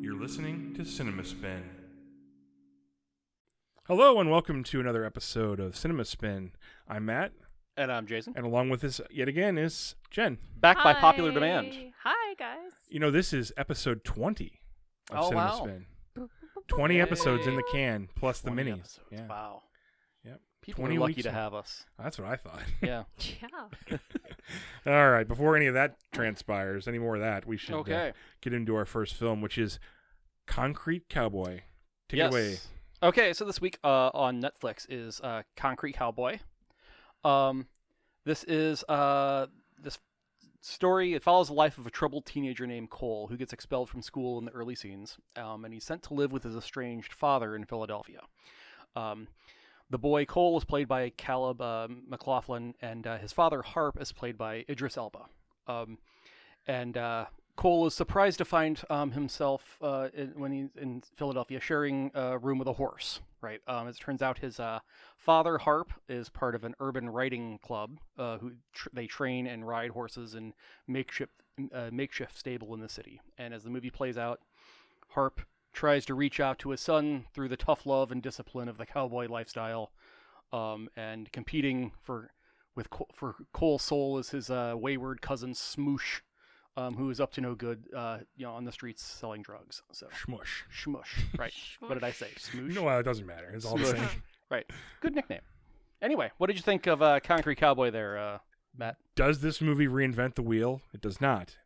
You're listening to CinemaSpin. Hello and welcome to another episode of CinemaSpin. I'm Matt, And I'm Jason. and along with us yet again is Jen. Back by popular demand. Hi. Hi, guys. You know, this is episode 20 of Oh, wow. CinemaSpin. 20 episodes in the can, plus the 20 minis. episodes. Yeah. Wow. Yep. People 20 are lucky weeks to now. have us. That's what I thought. Yeah. Yeah. All right, before any of that transpires, any more of that, we should uh, okay. get into our first film, which is Concrete Cowboy. Take yes. it away. Okay, so this week uh, on Netflix is uh, Concrete Cowboy. Um, this is uh, this story. It follows the life of a troubled teenager named Cole who gets expelled from school in the early scenes, um, and he's sent to live with his estranged father in Philadelphia. Um, the boy Cole is played by Caleb uh, McLaughlin, and uh, his father Harp is played by Idris Elba. Um, and uh, Cole is surprised to find um, himself uh, in, when he's in Philadelphia sharing uh, a room with a horse. Right. Um, as it turns out, his uh, father Harp is part of an urban riding club. Uh, who tr- they train and ride horses in makeshift uh, makeshift stable in the city. And as the movie plays out, Harp tries to reach out to his son through the tough love and discipline of the cowboy lifestyle, um, and competing for with Co- for Cole Soul as his uh, wayward cousin Smoosh, um, who is up to no good, uh, you know, on the streets selling drugs. So Shmush. Shmush, right? What did I say? Smoosh. No, uh, it doesn't matter. It's all the Smush. same. Right. Good nickname. Anyway, what did you think of uh, Concrete Cowboy there, uh, Matt? Does this movie reinvent the wheel? It does not.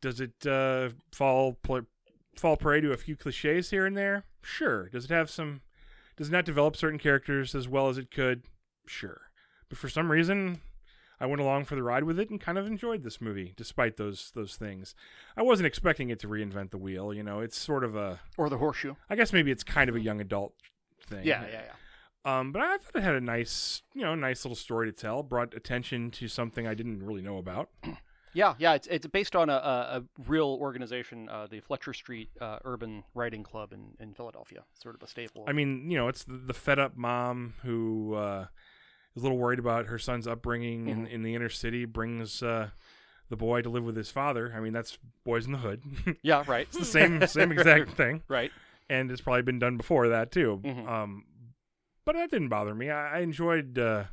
Does it uh, fall pl- fall prey to a few cliches here and there? Sure. Does it have some? Does it not develop certain characters as well as it could? Sure. But for some reason, I went along for the ride with it and kind of enjoyed this movie, despite those those things. I wasn't expecting it to reinvent the wheel. You know, it's sort of a. Or the horseshoe? I guess maybe it's kind of a young adult thing. Yeah, yeah, yeah. Um, but I thought it had a nice, you know, nice little story to tell. Brought attention to something I didn't really know about. Yeah, yeah, it's it's based on a, a, a real organization, uh, the Fletcher Street uh, Urban Writing Club in, in Philadelphia, sort of a staple. I mean, you know, it's the, the fed up mom who uh, is a little worried about her son's upbringing in, in the inner city. Brings uh, the boy to live with his father. I mean, that's Boys in the Hood. yeah, right, it's the same same exact thing, right. and it's probably been done before that too. Mhm. Um, but that didn't bother me. I, I enjoyed uh,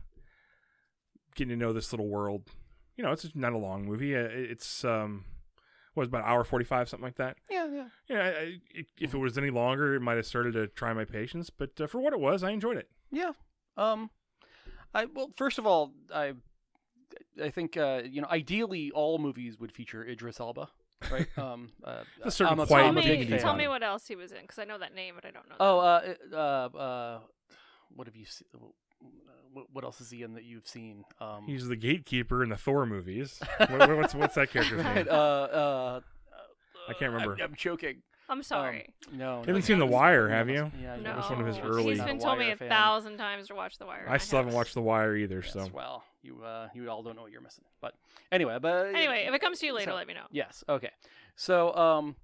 getting to know this little world. You know, it's not a long movie. Uh, it- It's um, what about an hour forty five, something like that. Yeah, yeah. Yeah, I, I, it, if it was any longer, it might have started to try my patience. But uh, for what it was, I enjoyed it. Yeah. Um, I well, first of all, I, I think uh, you know, ideally, all movies would feature Idris Elba, right? um, uh, A certain I'm a, quiet Tell I'm a me, big dignity fan. tell about me it. what else he was in, because I know that name, but I don't know. Oh, uh, uh, uh, what have you? Se- what- what else is he in that you've seen? Um, He's the gatekeeper in the Thor movies. what, what's what's that character's name? right, uh, uh, I can't I'm- remember. I'm, choking. that. I'm sorry. Um, no, no, haven't no, seen The no, Wire, no, have you? Yeah, no, you that haven't was seen one of his The Wire. early- He's Not been a told me Wire a fan. thousand times to watch The Wire. and I still haven't haven't. watched The Wire either. Yes, so well, you uh, you all don't know what you're missing. But anyway, but Anyway, if it comes to you later, So- let me know. Yes. Okay. So um,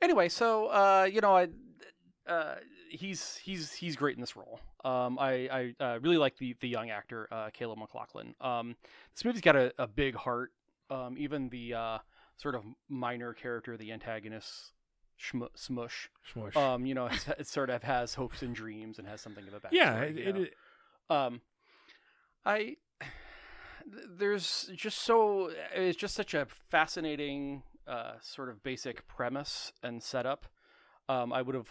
anyway, so uh, you know, I uh, he's he's he's great in this role. Um, I I uh, really like the the young actor uh, Caleb McLaughlin. Um, this movie's got a, a big heart. Um, even the uh, sort of minor character, the antagonist, Shmu Smush. Smush. Um, you know, it's, it sort of has hopes and dreams and has something of a backstory. yeah, it, you know? it- um i th- there's just so it's just such a fascinating uh sort of basic premise and setup um i would have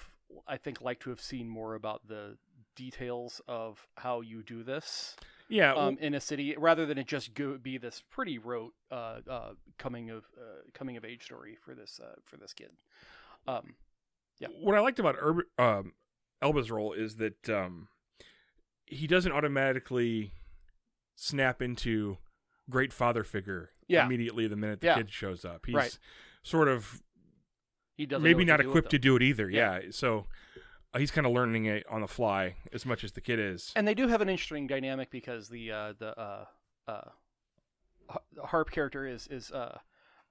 i think liked to have seen more about the details of how you do this yeah. um in a city rather than it just go, be this pretty rote uh uh coming of uh, coming of age story for this uh for this kid um yeah. What I liked about Urb um, Elba's role is that um, he doesn't automatically snap into great father figure Yeah. immediately the minute the Yeah. kid shows up. He's Right. sort of he doesn't know maybe what not to do with equipped to them. do it either. Yeah. Yeah. So uh, he's kind of learning it on the fly as much as the kid is. And they do have an interesting dynamic because the uh, the uh, uh, Har- the harp character is is uh,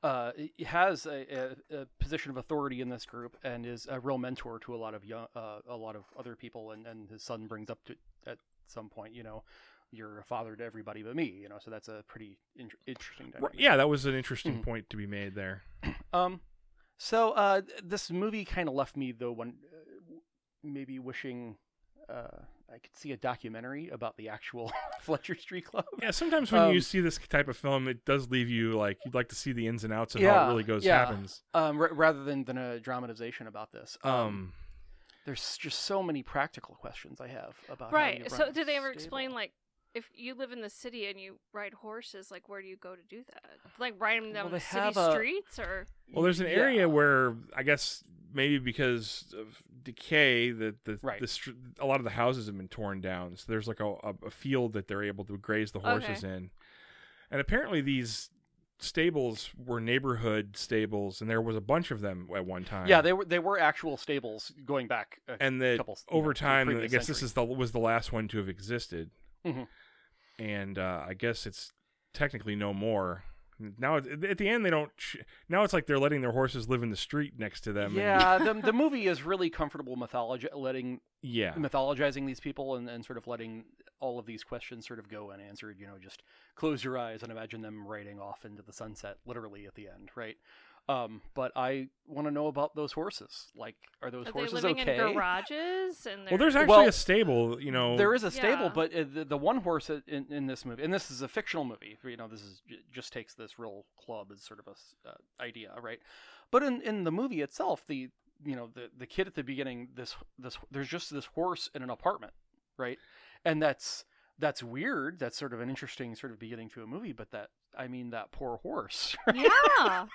uh, he has a, a, a position of authority in this group and is a real mentor to a lot of young uh, a lot of other people. And, and his son brings up to at some point, you know, you're a father to everybody but me. You know, so that's a pretty in- interesting dynamic. Hmm. Right, Yeah, that was an interesting Mhm. point to be made there. Um, So uh, th- this movie kind of left me though one uh, w- maybe wishing uh, I could see a documentary about the actual Fletcher Street Club. Yeah, sometimes when you Um, see this type of film, it does leave you like you'd like to see the ins and outs of how Yeah, it really goes yeah. happens. Um, r- rather than, than a dramatization about this. Um, there's just so many practical questions I have about uh, how you Right. run So a did they ever stable. explain like if you live in the city and you ride horses, like where do you go to do that? Like riding Well, down they the city have a- streets or well, there's an Yeah. area where I guess maybe because of decay that the, Right. the str- a lot of the houses have been torn down, so there's like a, a, a field that they're able to graze the horses in, and apparently these stables were neighborhood stables, and there was a bunch of them at one time. Yeah, they were they were actual stables going back. uh, A and that couple, you know, over to the time, I previous guess this century. is the was the last one to have existed, Mhm. and uh, I guess it's technically no more. Now it- at the end, they don't. Sh- now it's like they're letting their horses live in the street next to them. and- yeah, the, the movie is really comfortable mythology, letting yeah, mythologizing these people and, and sort of letting all of these questions sort of go unanswered. You know, just close your eyes and imagine them riding off into the sunset, literally at the end, right? Um, but I want to know about those horses. Like, are those are they horses living okay? in garages and Well, there's actually Well, a stable. You know, There is a stable, Yeah. but uh, the, the one horse i- in, in this movie, and this is a fictional movie, you know, this is j- just takes this real club as sort of a s- uh, idea, right? But in, in the movie itself, the you know the the kid at the beginning, this this there's just this horse in an apartment, right? And that's that's weird. That's sort of an interesting sort of beginning to a movie, but that I mean that poor horse, Yeah.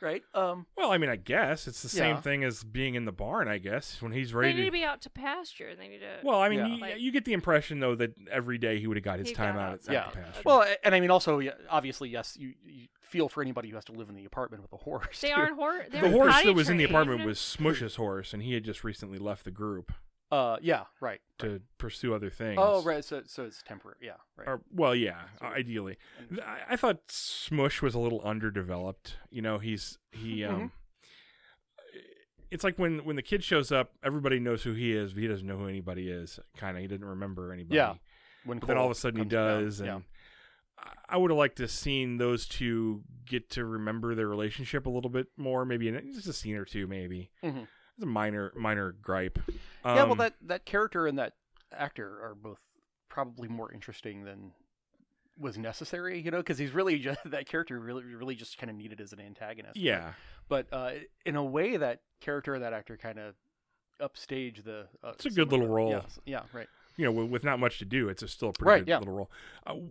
right? Um, Well, I mean, I guess it's the same Yeah. thing as being in the barn. I guess when he's they ready. need to be out to pasture and they need to well, I mean, Yeah. you, Like- you get the impression though that every day he would have got his He time got out out. at, at Yeah. the pasture. well, a- and I mean also, yeah, obviously, yes, you, you feel for anybody who has to live in the apartment with a horse. they too. aren't hor- they the aren't horse potty that was in the trained. apartment was Smush's horse, and he had just recently left the group Uh, yeah, right. to pursue other things. Oh, right. So, so it's temporary. Yeah, right. Or, well, yeah, So- ideally. and- I, I thought Smush was a little underdeveloped. You know, he's he. Mhm. um It's like when when the kid shows up, everybody knows who he is, but he doesn't know who anybody is. Kind of, he didn't remember anybody. Yeah. when But then all of Cole a sudden he comes around, does, and yeah. I- I would have liked to have seen those two get to remember their relationship a little bit more, maybe in just a scene or two, maybe. Mhm. It's a minor minor gripe. yeah, well, Um, that that character and that actor are both probably more interesting than was necessary, you know, because he's really just that character really really just kind of needed as an antagonist. yeah. But uh, in a way, that character and that actor kind of upstage the. Uh, It's a some good of little the- role. Yeah, s- yeah, right. you know, with, with not much to do, it's a still a pretty Right, good yeah. little role. Uh, w-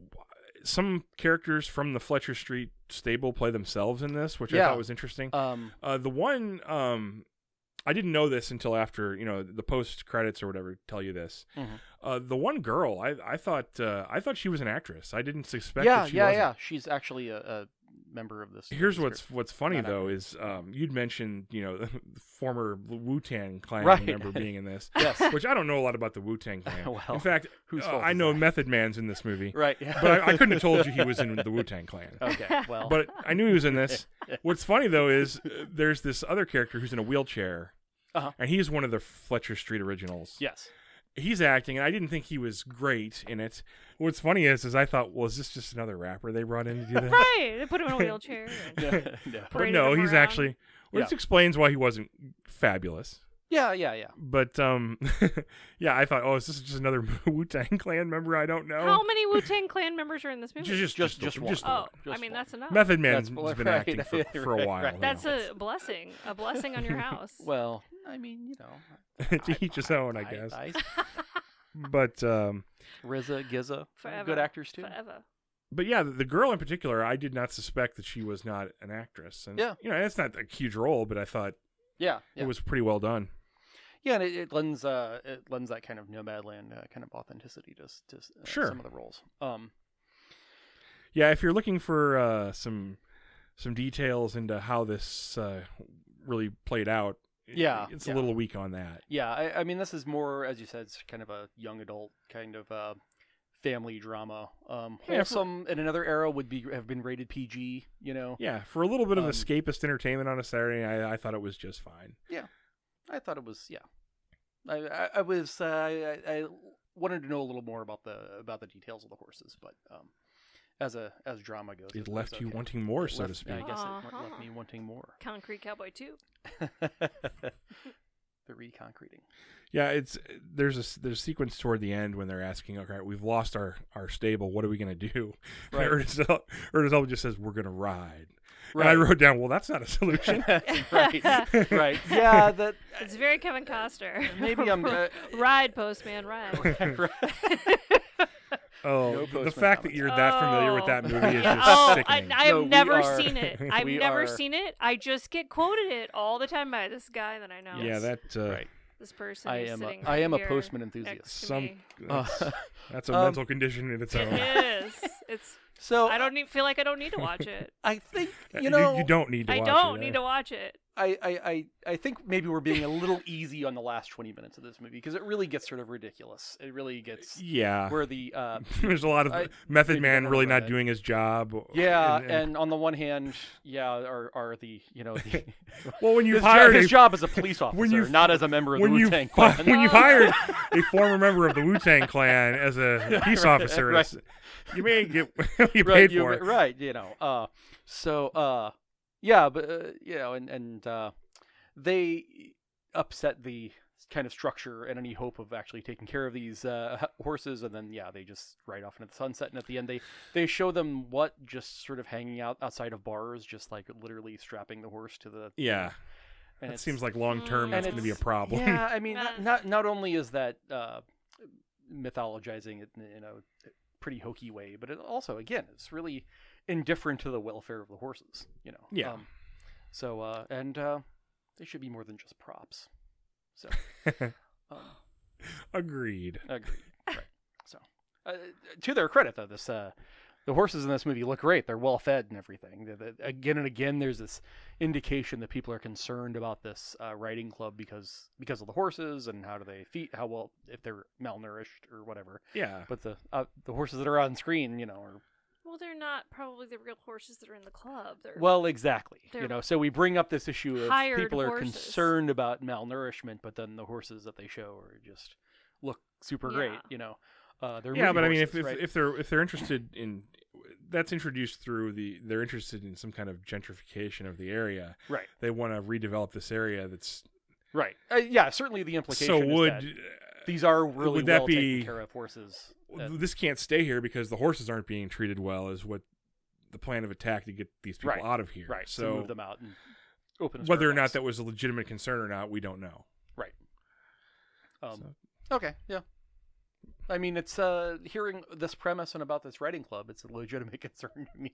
some characters from the Fletcher Street stable play themselves in this, which I Yeah. thought was interesting. Um, Uh, the one um, I didn't know this until after you know the post credits or whatever tell you this. Mhm. Uh, the one girl, I I thought uh, I thought she was an actress. I didn't suspect. yeah, that she yeah, wasn't. yeah. She's actually a, a member of this. Here's this what's what's funny Not though is um, you'd mentioned you know the former Wu Tang Clan Right. member being in this, group. yes, which I don't know a lot about the Wu Tang Clan. in Well, fact, whose uh, fault I is know that? Method Man's in this movie, right. Yeah. but I, I couldn't have told you he was in the Wu Tang Clan. Okay, well, But I knew he was in this. What's funny though is uh, there's this other character who's in a wheelchair, Uh-huh. and he's one of the Fletcher Street originals. yes. He's acting, and I didn't think he was great in it. What's funny is, is I thought, well, is this just another rapper they brought in to do that? right. They put him in a wheelchair. and- no, no. But Paraded no, him he's around. actually. Which Yeah. explains why he wasn't fabulous. Yeah, yeah, yeah. But um, yeah, I thought, oh, is this just another Wu Tang Clan member I don't know? How many Wu Tang Clan members are in this movie? Ju- just, Just- just, the- just one. the oh, just I mean one. that's enough. Method Man's That's- been right, acting for, right, for a right. while. you that's know. a blessing. A blessing on your house. Well, I mean, you know, to I- each his own, I, guess. I, but um, Rizza, Gizza, forever. good actors too. Forever. but yeah, the, the girl in particular, I did not suspect that she was not an actress. And Yeah. you know, it's not a huge role, but I thought Yeah, yeah, it was pretty well done. yeah, and it, it lends uh, it lends that kind of Nomadland uh, kind of authenticity to s- to s- uh, Sure. some of the roles. Um, Yeah, if you're looking for uh, some some details into how this uh, really played out, it- Yeah, it's yeah. a little weak on that. yeah, I, I mean, this is more, as you said, it's kind of a young adult kind of uh, family drama. Um, Yeah, for- wholesome in another era would be have been rated PG, you know. Yeah, for a little bit of Um, escapist entertainment on a Saturday, I, I thought it was just fine. I thought it was yeah. I I, I was uh, I, I wanted to know a little more about the about the details of the horses, but um, as a as drama goes. It it's left you okay. wanting more, It so to left- speak. I guess it Uh-huh. left me wanting more. Concrete Cowboy 2. the reconcreting. Yeah, it's there's a s- there's a sequence toward the end when they're asking, okay, we've lost our our stable. What are we gonna do? Right. Ernest El- Ernest Elba just says, "We're gonna ride." And I Right. wrote down, "Well, that's not a solution." right. Right. Yeah. That. It's very Kevin Costner. Maybe I'm. Uh, ride, Postman, ride. right. oh, No the postman fact that comments. you're that familiar with that Oh. movie is Yeah. just oh, I, sickening. I No, have we never are- seen it. I've we never are- seen it. I just get quoted it all the time by this guy that I know. yeah, that uh, right. This person. I who's am. A, sitting I right am a here postman next enthusiast. to some me. that's, Uh, that's a um, mental condition in its own. It is. It's. so I don't need, feel like I don't need to watch it. I think Uh, you know. you, don't need to. I watch don't it, need eh? to watch it. I, I, I, I think maybe we're being a little easy on the last 20 minutes of this movie because it really gets sort of ridiculous. It really gets Yeah, where the uh, there's a lot of I- Method maybe Man don't really remember not that. doing his job. yeah, and, on the one hand, yeah, are are the you know the, well, when you his, jo- hire his a- job as a police officer, when you f- not as a member of the when Wu you Tang fi- Clan. when you hired a former member of the Wu Tang Clan as a peace officer, right. it's- you may get you right, paid you, for it. right, you know. Uh, so uh, yeah, but uh, you know, and and uh, they upset the kind of structure and any hope of actually taking care of these uh, h- horses, and then yeah, they just ride off into the sunset. And at the end, they they show them what just sort of hanging out outside of bars, just like literally strapping the horse to the Yeah, And it it's- seems like long term Mm. that's and going to be a it's- problem. Yeah, I mean, not Uh. not, not only is that uh, mythologizing it in, in a pretty hokey way, but it also, again, it's really indifferent to the welfare of the horses. You know. Um, Yeah. so uh, and uh, they should be more than just props. So. um, Agreed. Agreed. Right. So, uh, to their credit, though, this uh, the horses in this movie look great. They're well fed and everything. The- the- again and again, there's this indication that people are concerned about this uh, riding club because because of the horses and how do they feed how well if they're malnourished or whatever. Yeah, But the uh, the horses that are on screen, you know, are Well, they're not probably the real horses that are in the club. They're, well exactly. You They're know, so we bring up this issue of hired people are horses. concerned about malnourishment, but then the horses that they show are just look super great. Yeah. You know, uh, they're yeah, movie but I mean, if horses, if, right? if they're if they're interested in that's introduced through the they're interested in some kind of gentrification of the area. right. They want to redevelop this area that's Right. Uh, yeah, certainly the implication so is would. that these are really would that well be- taken care of horses. Well, that- th- uh, this can't stay here because the horses aren't being treated well is what the plan of attack to get these people Right, out of here right. So so move them out and open. a whether or not Starbucks. that was a legitimate concern or not we don't know Um, So- Okay. Yeah. I mean, it's uh, hearing this premise and about this writing club. It's a legitimate concern to me.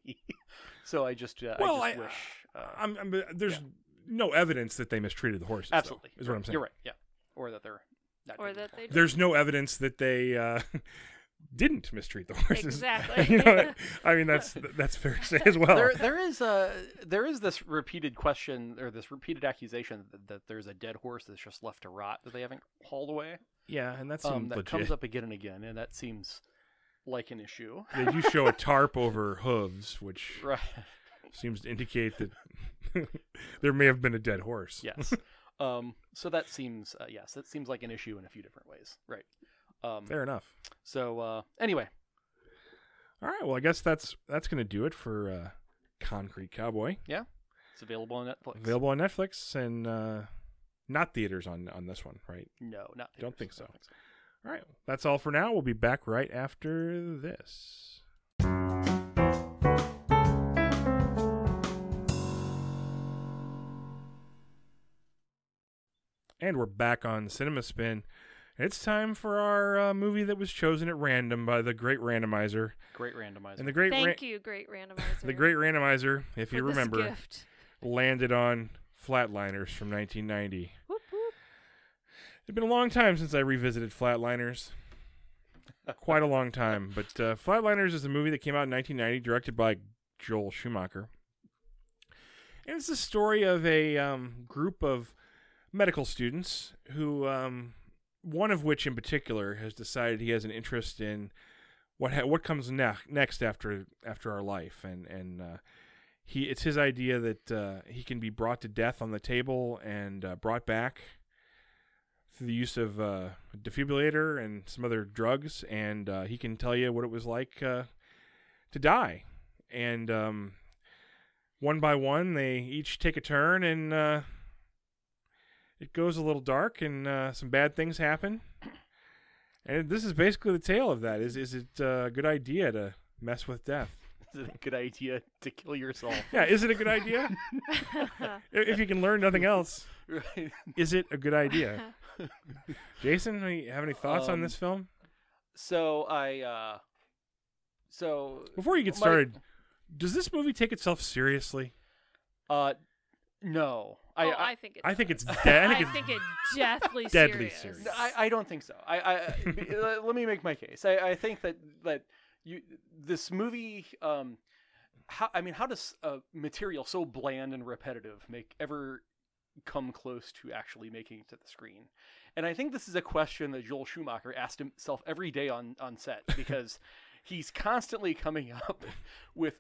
so I just, uh, Well, I I- just wish. Uh, I'm, I'm, there's no evidence that they mistreated the horses though, absolutely. is what i'm saying You're right. Yeah. Or that they're. Not Or doing that well. they there's no evidence that they uh, didn't mistreat the horses Exactly. you know i mean that's that's fair to say as well There, there is a there is this repeated question or this repeated accusation that, that there's a dead horse that's just left to rot that they haven't hauled away. yeah and that's um, that legit comes up again and again, and that seems like an issue. they do show a tarp over hooves which Right. seems to indicate that there may have been a dead horse Yes. um, so that seems uh, yes, that seems like an issue in a few different ways. Right. Um, fair enough so uh, anyway, All right. Well, I guess that's that's gonna do it for uh, Concrete Cowboy. it's available on Netflix. Available on Netflix and uh, not theaters on on this one, right? No, not. Don't think theaters, so. All right. That's all for now. We'll be back right after this. And we're back on Cinema Spin. It's time for our uh, movie that was chosen at random by the Great Randomizer. Great randomizer. And the Great Ra- Thank you, great randomizer. the Great Randomizer, if for you this remember, gift. landed on Flatliners from 1990. Whoop, whoop. It's been a long time since I revisited Flatliners. Quite a long time. But uh, Flatliners is a movie that came out in 1990, directed by Joel Schumacher. And it's the story of a um, group of medical students who, um, one of which in particular, has decided he has an interest in what ha- what comes ne- next after after our life, and and uh, he it's his idea that uh, he can be brought to death on the table and uh, brought back through the use of uh, a defibrillator and some other drugs, and uh, he can tell you what it was like uh, to die. And um, one by one, they each take a turn, and uh, it goes a little dark, and uh, some bad things happen. And this is basically the tale of that. Is is it uh, a good idea to mess with death? Is it a good idea to kill yourself? Yeah, is it a good idea? yeah. If if you can learn nothing else, right. is it a good idea? Jason, do you have any thoughts on Um, this film? So I. uh So Before you get my- started, does this movie take itself seriously? uh, no, I, I, I, think it. I think does. it's dead. I I think it's think it deadly deadly serious. serious. No, I, I don't think so. I, I I- b- let- let me make my case. I, I think that that you this movie. Um, how I mean, how does uh, material so bland and repetitive make ever come close to actually making it to the screen? And I think this is a question that Joel Schumacher asked himself every day on on set because he's constantly coming up with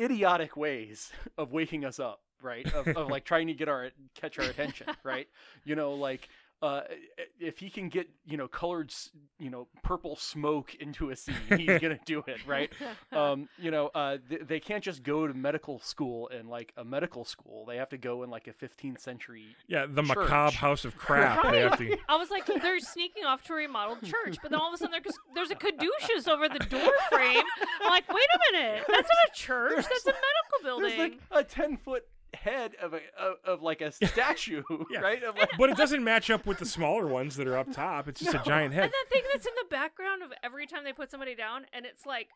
idiotic ways of waking us up right of, of like trying to get our catch our attention right you know like uh, if he can get you know colored s- you know purple smoke into a scene he's gonna do it right um, you know uh, th- they can't just go to medical school and like a medical school they have to go in like a 15th century Yeah, the Church. macabre house of crap. They have to. I was like, they're sneaking off to a remodeled church, but then all of a sudden there- there's a caduceus over the door frame. I'm like, wait a minute, that's not a church, that's a medical there's building. like a 10 foot head of a of, of like a statue Yeah. right of like But it doesn't match up with the smaller ones that are up top. It's just a giant and head. that thing that's in the background of every time they put somebody down, and it's like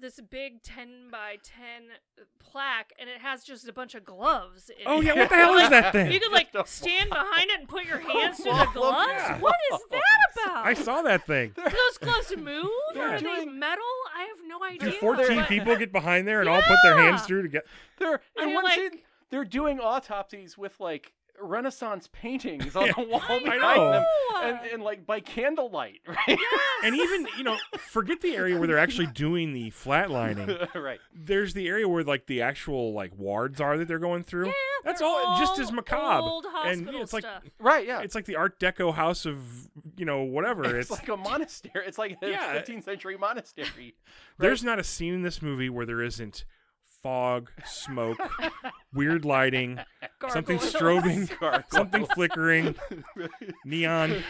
this big 10 by 10 plaque, and it has just a bunch of gloves. In Oh it. yeah, what the hell is that You thing? could like Just a stand behind it and put your hands through wall the of gloves. gloves. What is that about? I saw that thing. Do those gloves move? They're Are they doing- metal? I have no Do idea. 14 But- people get behind there and all put their hands Yeah. through to get? They're I in mean, one like- scene, they're doing autopsies with like Renaissance paintings on the wall behind know. them, and, and like by candlelight, right? And even you know, forget the area where they're actually doing the flatlining. right. There's the area where like the actual like wards are that they're going through. Yeah, That's they're all, just as all macabre. Old and hospital it's like stuff. Right. Yeah. it's like the Art Deco house of you know whatever. It's It's, like a monastery. It's like a Yeah. 15th century monastery. there's not a scene in this movie where there isn't fog, smoke, weird lighting, something Gargoyles. strobing, Gargoyles. something flickering, neon.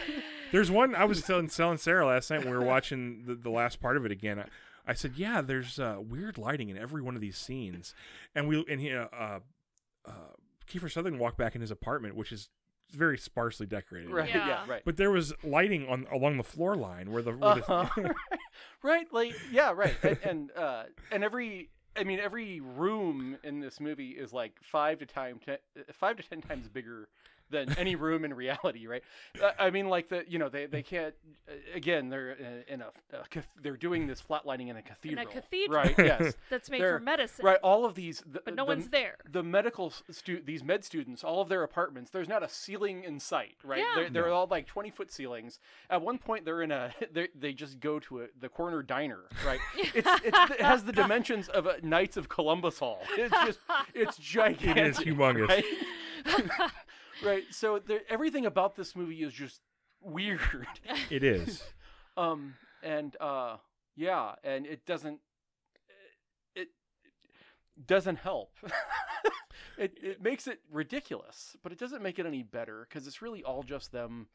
There's one I was telling, telling Sarah last night when we were watching the, the last part of it again. I, I said, "Yeah, there's uh, weird lighting in every one of these scenes," and we and he, uh, uh, Kiefer Sutherland walked back in his apartment, which is very sparsely decorated. Right. Yeah. Yeah. right. But there was lighting on along the floor line where the, where the Uh-huh. right. Like. Yeah. Right. And and, uh, and every. I mean, every room in this movie is like five to time ten, five to ten times bigger than any room in reality, right? Uh, I mean, like the you know they, they can't uh, again they're uh, in a, a cath- they're doing this flatlining in a cathedral, cathedral. right? Yes, That's made They're- for medicine. right. All of these, the, uh, But no the- one's there. The medical stu- these med students, all of their apartments, there's not a ceiling in sight, right? Yeah. They're, they're all like twenty foot ceilings. At one point, they're in a they they just go to a, the corner diner, right? it's, it's it has the dimensions of a Knights of Columbus Hall. It's just it's gigantic. humongous. Right? right. So there, everything about this movie is just weird. it is. Um, and uh, yeah, and it doesn't it, it doesn't help. it it makes it ridiculous, but it doesn't make it any better because it's really all just them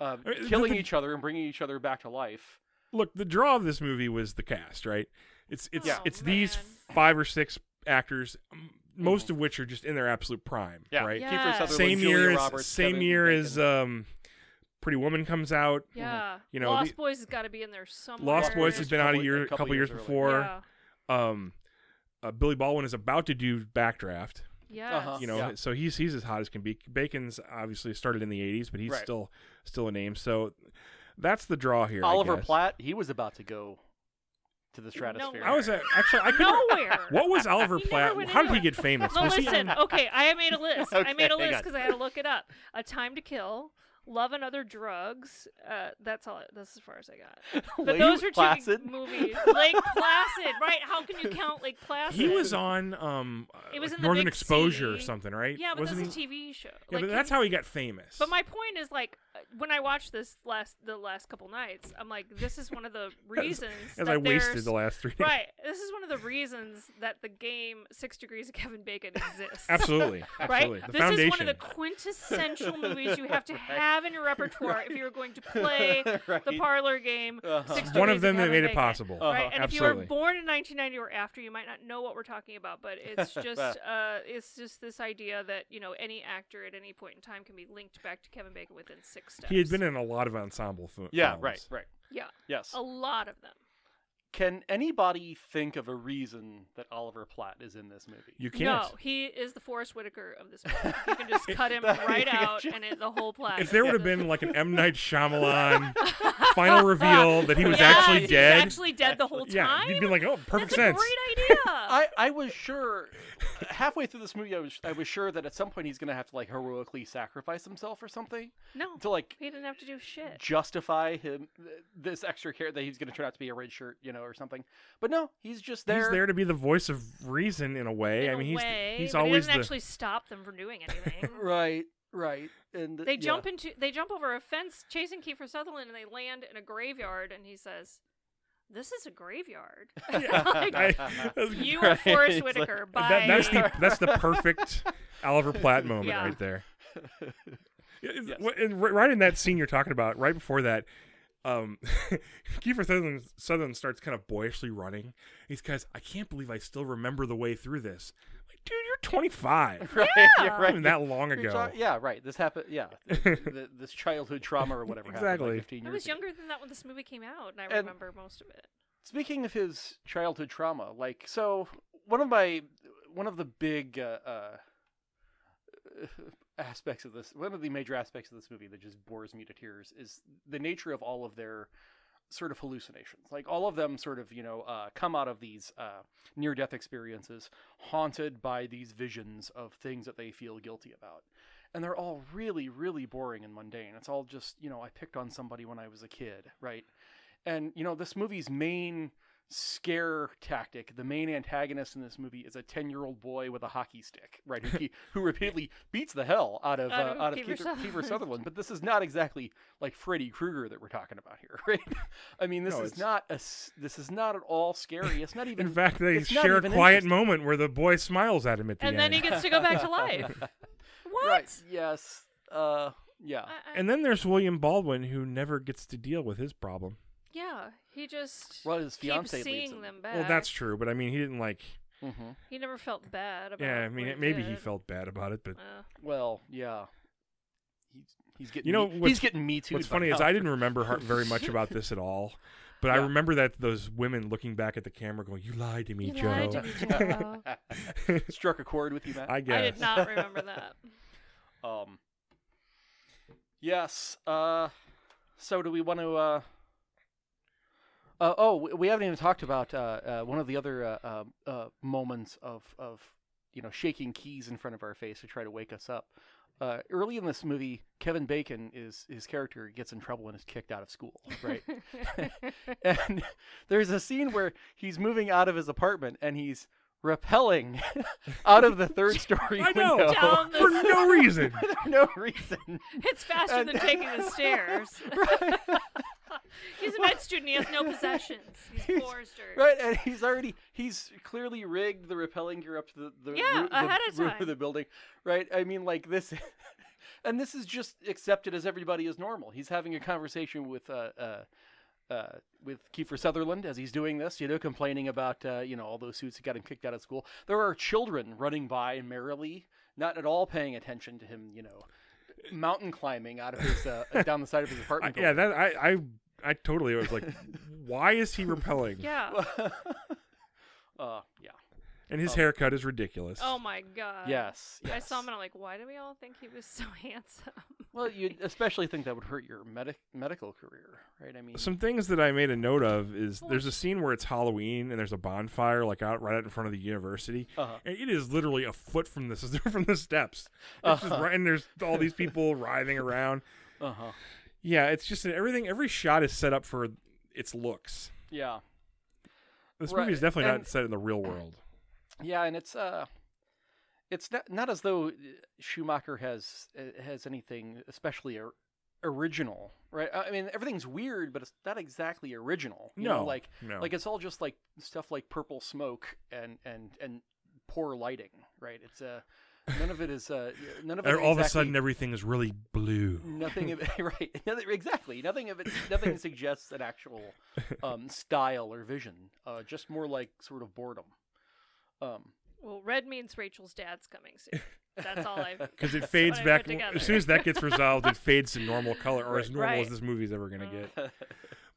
uh, I mean, the- killing the- each other and bringing each other back to life. Look, the draw of this movie was the cast, right? It's it's Yeah. it's Oh, these man. five or six actors, m- most of which are just in their absolute prime, Mm-hmm. Yeah, right? Yeah. Kiefer Sutherland, Same Julia year as Roberts, same Kevin year as Bacon. um, Pretty Woman comes out. Yeah. You know, Lost the- Boys has got to be in there somewhere. Lost Boys Boys has was been out a couple- year, a couple years, earlier. before. Oh Yeah. Um, uh, Billy Baldwin is about to do Backdraft. Yes. you know Yeah. so he's he's as hot as can be bacon's obviously started in the 80s but he's Right. still still a name so that's the draw here I Oliver guess. Platt, he was about to go to the stratosphere. i was at, actually i couldn't Nowhere. what was oliver He never platt went how did into he it. get famous No, Was he- listen. Okay, I made a list. I made Okay, a hang list on. because I had to look it up. A Time to Kill, Love and Other Drugs. Uh, that's all. That's as far as I got. But Lake those are Placid. two movies. Lake Placid, right? How can you count Lake Placid? He was on um It uh, was like in the Northern Big Exposure or Sea. something, right? Yeah, but Wasn't that's he? a TV show. Yeah, Like, but that's can- how he got famous. But my point is like uh, when I watched this last the last couple nights, I'm like, this is one of the reasons as that I there's- wasted the last three days. Right. This is one of the reasons that the game Six Degrees of Kevin Bacon exists. Absolutely, Right? absolutely. The this foundation. is one of the quintessential movies you have to have in your repertoire if you're going to play the parlor game. Uh-huh. Six One of Degrees them that Kevin made it Bacon. possible. Uh, Right, Uh-huh. and if you Absolutely. were born in 1990 or after, you might not know what we're talking about. But it's just, uh, it's just this idea that you know any actor at any point in time can be linked back to Kevin Bacon within six steps. He had been in a lot of ensemble fo- Yeah, films. right, right. yeah, Yes. a lot of them. Can anybody think of a reason that Oliver Platt is in this movie? You can't. No, he is the Forrest Whitaker of this movie. You can just cut him right out, and it, the whole plot. If there would have been like an M Night Shyamalan final reveal that he was Yeah, actually he's dead, actually dead the whole yeah, time. you'd be like, oh, perfect That's sense. a great idea. I, I was sure halfway through this movie I was I was sure that at some point he's gonna have to like heroically sacrifice himself or something no, to like he didn't have to do shit. justify him th- this extra care that he's gonna turn out to be a red shirt you know or something but no he's just there, He's there to be the voice of reason in a way. In I mean, a he's way, he's but he always doesn't the actually stop them from doing anything. right right and They jump into they jump over a fence chasing Kiefer Sutherland and they land in a graveyard and he says, "This is a graveyard." Like, I- you are Right, Forrest it's like- Whitaker. by that, that's the that's the perfect Oliver Platt moment Yeah. right there. Yeah, it's- Yes. wh- and ri- right in that scene you're talking about, right before that, um, Kiefer Sutherland, Sutherland starts kind of boyishly running. He's guys, I can't believe I still remember the way through this. Like, dude, you're 25. right, Yeah. you're Not right even that long You're ago. talk- yeah right this happened yeah th- th- this childhood trauma or whatever happened like Exactly. 15 years I was ago. younger than that when this movie came out, and I And- remember most of it. speaking of his childhood trauma like so one of my one of the big uh, uh aspects of this one of the major aspects of this movie that just bores me to tears is the nature of all of their sort of hallucinations like all of them sort of you know uh, come out of these uh, near death experiences haunted by these visions of things that they feel guilty about and they're all really really boring and mundane it's all just you know i picked on somebody when i was a kid right and you know this movie's main scare tactic the main antagonist in this movie is a 10 year old boy with a hockey stick right who, ke- who repeatedly beats the hell out of Out uh, of out of Kiefer Kiefer, Kiefer Sutherland. Sutherland but this is not exactly like Freddy Krueger that we're talking about here right I mean this No, is it's- not a s- this is not at all scary it's not even In fact, they it's not share a even quiet interesting. moment where the boy smiles at him at the And end. then he gets to go back to life. What? right yes uh yeah I- I- and then there's William Baldwin who never gets to deal with his problem. yeah, he just Well, his keeps fiancée leaves seeing him. them back. Well, that's true, but I mean, he didn't like. mm-hmm. he never felt bad about. Yeah, I what mean, maybe he did. felt bad about it, but Uh, well yeah he's he's getting You know, me- what's- he's getting me too What's funny is I didn't remember har- very much about this at all, but I Yeah. remember that those women looking back at the camera going, "You lied to me, you Joe." lied to me, Joe. struck a chord with you Matt I guess. I did not remember that. Um. Yes. Uh. So do we want to? Uh. Uh, oh, we- we haven't even talked about uh, uh, one of the other uh, uh, uh, moments of, of you know shaking keys in front of our face to try to wake us up. Uh, early in this movie, Kevin Bacon is his character gets in trouble and is kicked out of school. Right. and there's a scene where he's moving out of his apartment and he's rappelling out of the third story I window know Down Oh, the- for no reason. for no reason. It's faster And- than taking the stairs. right, He's a med student. He has no possessions. He's He's- poor as dirt. right, and he's already he's clearly rigged the rappelling gear up to the the, Yeah, roo- the ahead of roof time. of the building. Right, I mean like this, and this is just accepted as everybody is normal. He's having a conversation with uh. uh uh, with Kiefer Sutherland as he's doing this, you know, complaining about uh, you know all those suits that got him kicked out of school. There are children running by merrily, not at all paying attention to him. You know, mountain climbing out of his uh, down the side of his I, apartment. yeah, that building. I, I I totally was like, why is he repelling? Mm. Yeah. uh, yeah. And Oh. his haircut is ridiculous. Oh my god. Yes, I saw yes. him and I'm like, why do we all think he was so handsome? Well, you especially think that would hurt your medic medical career, right? I mean, Some things that I made a note of is there's a scene where it's Halloween and there's a bonfire like out right out in front of the university, Uh-huh. and it is literally Uh-huh. a foot from this from the steps. It's just right, and there's all these people writhing around. Uh huh. Yeah, it's just that everything. Every shot is set up for its looks. Yeah. This Right, movie is definitely and- not set in the real world. Yeah, and it's uh, it's not not as though uh, Schumacher has uh, has anything especially or- original, right? I I mean, everything's weird, but it's not exactly original. you know, No, like no. like it's all just like stuff like purple smoke and and and poor lighting, right? It's uh, none of it is uh, none of it all of a exactly- Mm. sudden, everything is really blue. nothing of right nothing, exactly nothing of it nothing suggests an actual um, style or vision uh, just more like sort of boredom um, Well, red means Rachel's dad's coming soon. That's all I've. Because it fades what I back. put together. As soon as that gets resolved, it fades to normal color, or as Right. normal as Right. this movie's ever going to get.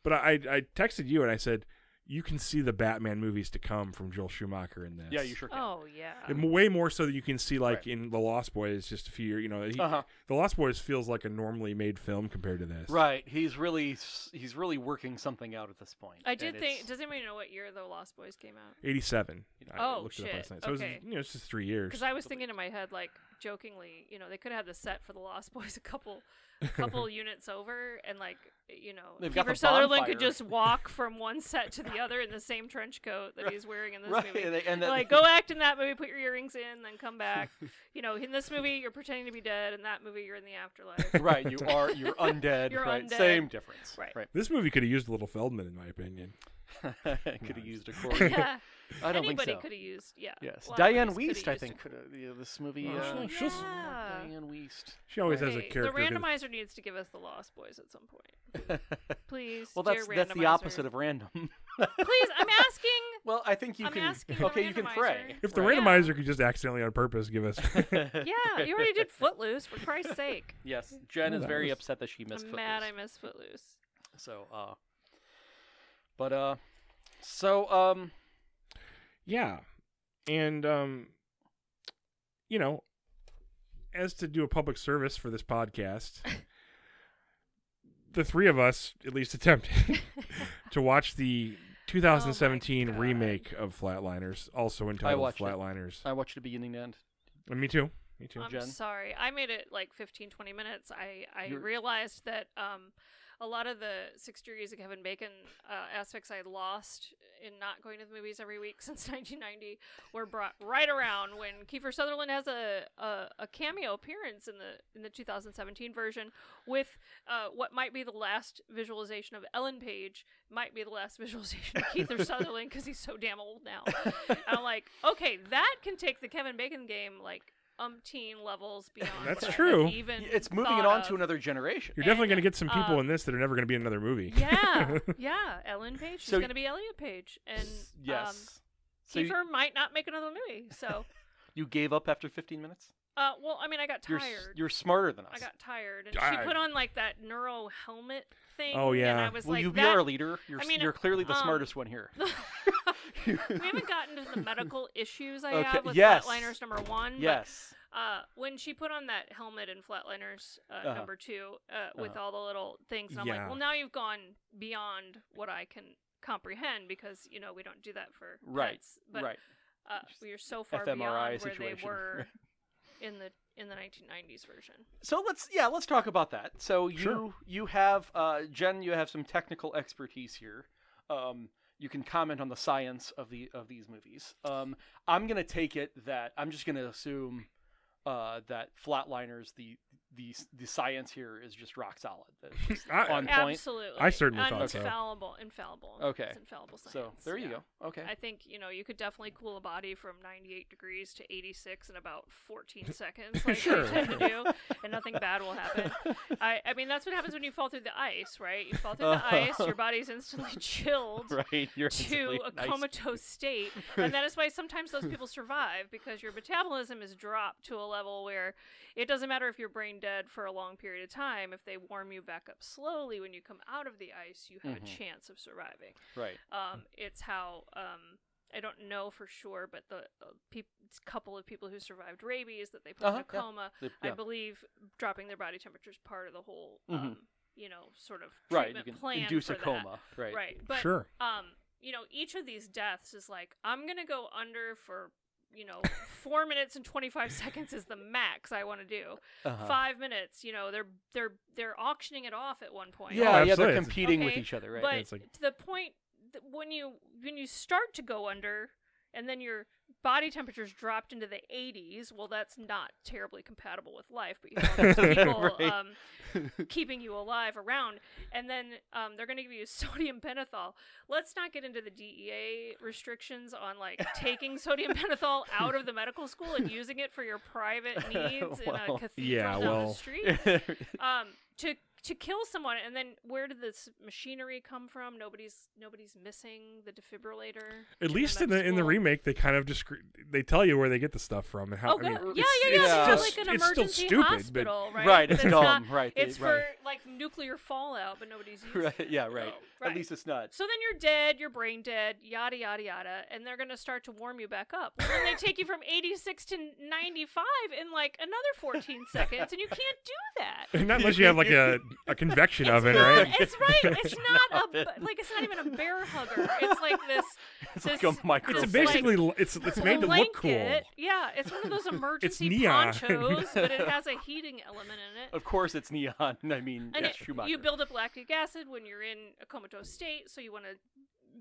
But I, I texted you and I said, you can see the Batman movies to come from Joel Schumacher in this. yeah you sure can Oh yeah. And way more so that you can see, like Right. in The Lost Boys, just a few. You know, he, Uh-huh. The Lost Boys feels like a normally made film compared to this. right he's really s- he's really working something out at this point I and did it's- think. Does anybody know what year the Lost Boys came out? Eighty-seven. I Oh, looked it shit. up last night. So Okay. it was, you know, it's just three years. Because I was thinking in my head, like jokingly, you know, they could have the set for the Lost Boys a couple, a couple units over, and like, you know, They've got Kiefer the Sutherland bonfire. could just walk from one set to the other in the same trench coat that he's wearing in this right movie. and, they- and then, Like, go act in that movie, put your earrings in, then come back. you know, in this movie, you're pretending to be dead. In that movie, you're in the afterlife. right you are you're undead You're right undead. same difference Right. right This movie could have used a little Feldman, in my opinion. could have used a cork yeah, I don't think anybody so could have used. Yeah. yes a lot of Diane movies Weist coulda I used think could have yeah, this movie Oh, uh, she'll- she'll s- Yeah. Diane Weist She always has a Hey, character. The that- randomizer needs to give us the Lost Boys at some point, please. Well, that's dear that's the randomizer. opposite of random. Please, I'm asking. well, I think you I'm can. asking the okay, you can pray. randomizer. if the Right. randomizer could just accidentally on purpose give us, Yeah, you already did Footloose. For Christ's sake, yes, Jen No, is that very was- upset that she I'm missed. mad I Footloose. missed Footloose. So, uh, but uh, so um, yeah, and um, you know, as to do a public service for this podcast, the three of us at least attempted to watch the 2017 God. remake of Flatliners, also entitled watched it. Flatliners. Uh, I watched the beginning and end. And me too. Me too. I'm Jen? sorry. I made it like 15, 20 minutes. I I You're- realized that um, a lot of the six degrees of Kevin Bacon uh, aspects I lost in not going to the movies every week since 1990 were brought right around when Kiefer Sutherland has a a, a cameo appearance in the in the 2017 version with uh, what might be the last visualization of Ellen Page might be the last visualization of Keith or Sutherland because he's so damn old now. and I'm like, okay, that can take the Kevin Bacon game like umpteen levels beyond. That's what I true. Even It's moving it thought on of. to another generation. You're definitely and, going to get some people uh, in this that are never going to be in another movie. yeah, yeah. Ellen Page. She's So- gonna be Elliot Page, and S- um, yes. so you, Kiefer might not make another movie. So, you gave up after 15 minutes. uh, well, I mean, I got You're tired. s- you're smarter than us. I got tired, and she I- put on like that neuro helmet thing. Oh, and yeah. I was Will like, you be that our leader? You're, I s- mean, you're clearly the um, smartest one here. we haven't gotten to the medical issues I Okay, have with yes. Flatliners number one. but, yes. uh, when she put on that helmet in Flatliners uh, Uh-huh. number two uh, with Uh-huh. all the little things, and I'm Yeah. like, well, now you've gone beyond what I can comprehend because you know we don't do that for Right, pets, but right. uh, we are so far fMRI beyond where situation. they were in the in the 1990s version. So let's yeah, let's talk about that. So you Sure. you have uh, Jen, you have some technical expertise here. Um, you can comment on the science of the of these movies. Um, I'm gonna take it that I'm just gonna assume uh, that Flatliners the the the science here is just rock solid. That it's just I- uh, on point. Absolutely, I certainly thought so. infallible, infallible. Okay. It's infallible science. So there you yeah. go. Okay. I think you know you could definitely cool a body from 98 degrees to 86 in about 14 seconds, like Sure. you tend to do, and nothing bad will happen. I, I mean, that's what happens when you fall through the ice, right? You fall through the Uh-huh. ice, your body's instantly chilled right. You're to a nice. comatose state, and that is why sometimes those people survive because your metabolism is dropped to a level where it doesn't matter if you're brain dead for a long period of time. If they warm you back up slowly when you come out of the ice, you have Mhm. a chance of surviving. Right. Um, it's how um, I don't know for sure, but the uh, peop couple of people who survived rabies that they put in Uh-huh, a yeah. coma, The- I yeah. believe dropping their body temperature is part of the whole, Mhm. um, you know, sort of Right. You treatment can plan induce for a coma. That. Right. Right, but sure. um, you know, each of these deaths is like I'm gonna go under for you know, four minutes and twenty five seconds is the max I want to do. Uh-huh. Five minutes, you know, they're they're they're auctioning it off at one point. Yeah, yeah, Oh, absolutely. they're It's- competing with Okay, each other, right? But it's like- to the point that when you when you start to go under, and then your body temperature's dropped into the 80s, well, that's not terribly compatible with life. But you have all these people Right. um, keeping you alive around, and then um, they're going to give you sodium pentothal. Let's not get into the DEA restrictions on like taking sodium pentothal out of the medical school and using it for your private needs in a Well, cathedral yeah, down well. the street um, to to kill someone, and then where did this machinery come from? Nobody's nobody's missing the defibrillator. At least in med the in the school. remake, they kind of just they tell you where they get the stuff from and how. Oh, I mean, it's- good. yeah, yeah, it's yeah. just- It's, just, like an it's still emergency stupid, but- hospital, right? Right, it's not- dumb, right, It's it- for right. like nuclear fallout, but nobody's using right, it. yeah, right. Right. At least it's not. So then you're dead, you're brain dead, yada yada yada, and they're gonna start to warm you back up. Well, then they take you from 86 to 95 in like another 14 seconds, and you can't do that. not unless you have like a, a convection oven, right? It's right. It's not a Oven. bu- like. It's not even a bear hugger. It's like this. It's this like a micro. It's Just basically l it's it's made to look cool. blanket. Yeah, it's one of those emergency neon. ponchos, but it has a heating element in it. Of course, it's neon. I mean, And yes, it- Schumacher. you build up lactic acid when you're in a comatose state, so you want to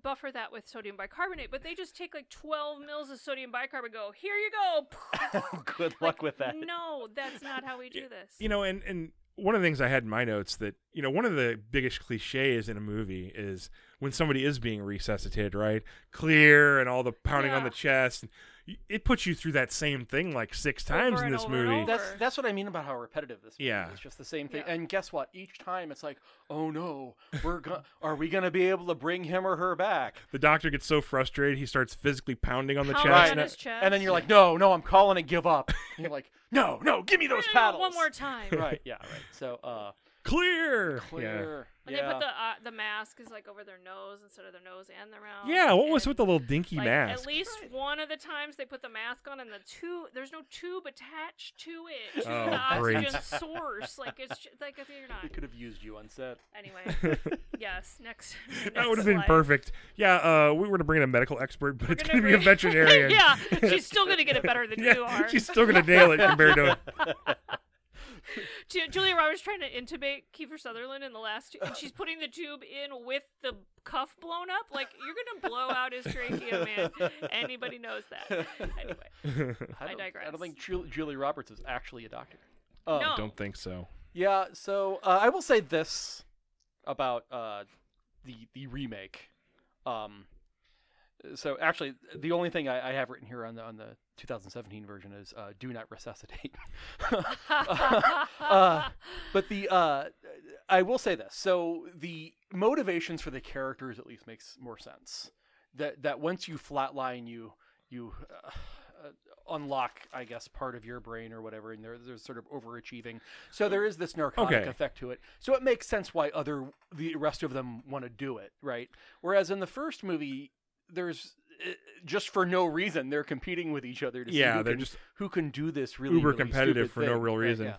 buffer that with sodium bicarbonate. But they just take like 12 mils of sodium bicarbonate. and Go here, you go. Good luck with that. No, that's not how we do this. You know, and and one of the things I had in my notes that you know one of the biggest cliches in a movie is when somebody is being resuscitated, right? Clear and all the pounding on Yeah. the chest. and y- It puts you through that same thing like six times Over in and this over and movie. over. That's that's what I mean about how repetitive this. movie Yeah. is. it's just the same thing. Yeah. And guess what? Each time it's like, oh no, we're go- are we gonna be able to bring him or her back? The doctor gets so frustrated he starts physically pounding on the Pounding chest. on and- his chest. And then you're like, no, no, I'm calling it. Give up. And you're like, no, no, give me those No, no, no, paddles. one more time. Right. Yeah. Right. So, uh, clear. clear. And yeah. they put the uh, the mask is like over their nose instead of their nose and their mouth. Yeah. Yeah. What was and, with the little dinky like, mask? At least one of the times they put the mask on, and the tube there's no tube attached to it to Oh, the oxygen great. source. Like it's just, like if you're They not. could have used you on set. Anyway, yes. Next. That next would have been slide. perfect. Yeah, uh, we were to bring in a medical expert, but it's We're gonna going to be a bring- veterinarian. yeah, she's still gonna get it better than you yeah are. she's still going to nail it compared to. Ju- Julia Roberts trying to intubate Kiefer Sutherland in the last, and she's putting the tube in with the cuff blown up. Like you're gonna blow out his trachea, man. Anybody knows that. Anyway, I, don't, I digress. don't think Jul- Julie Roberts is actually a doctor. Um, no. Don't think so. Yeah, so uh, I will say this about uh, the the remake. Um, so actually, the only thing I, I have written here on the on the 2017 version is uh, "Do not resuscitate." Uh, but the uh, I will say this. So the motivations for the characters at least makes more sense. That that once you flatline, you you uh, uh, unlock, I guess, part of your brain or whatever, and there, there's sort of overachieving. So there is this narcotic Okay. effect to it. So it makes sense why other the rest of them want to do it, right? Whereas in the first movie, there's uh, just for no reason they're competing with each other to see Yeah, who they're can, just who can do this really uber really competitive stupid for no thing, real right, reason. yeah.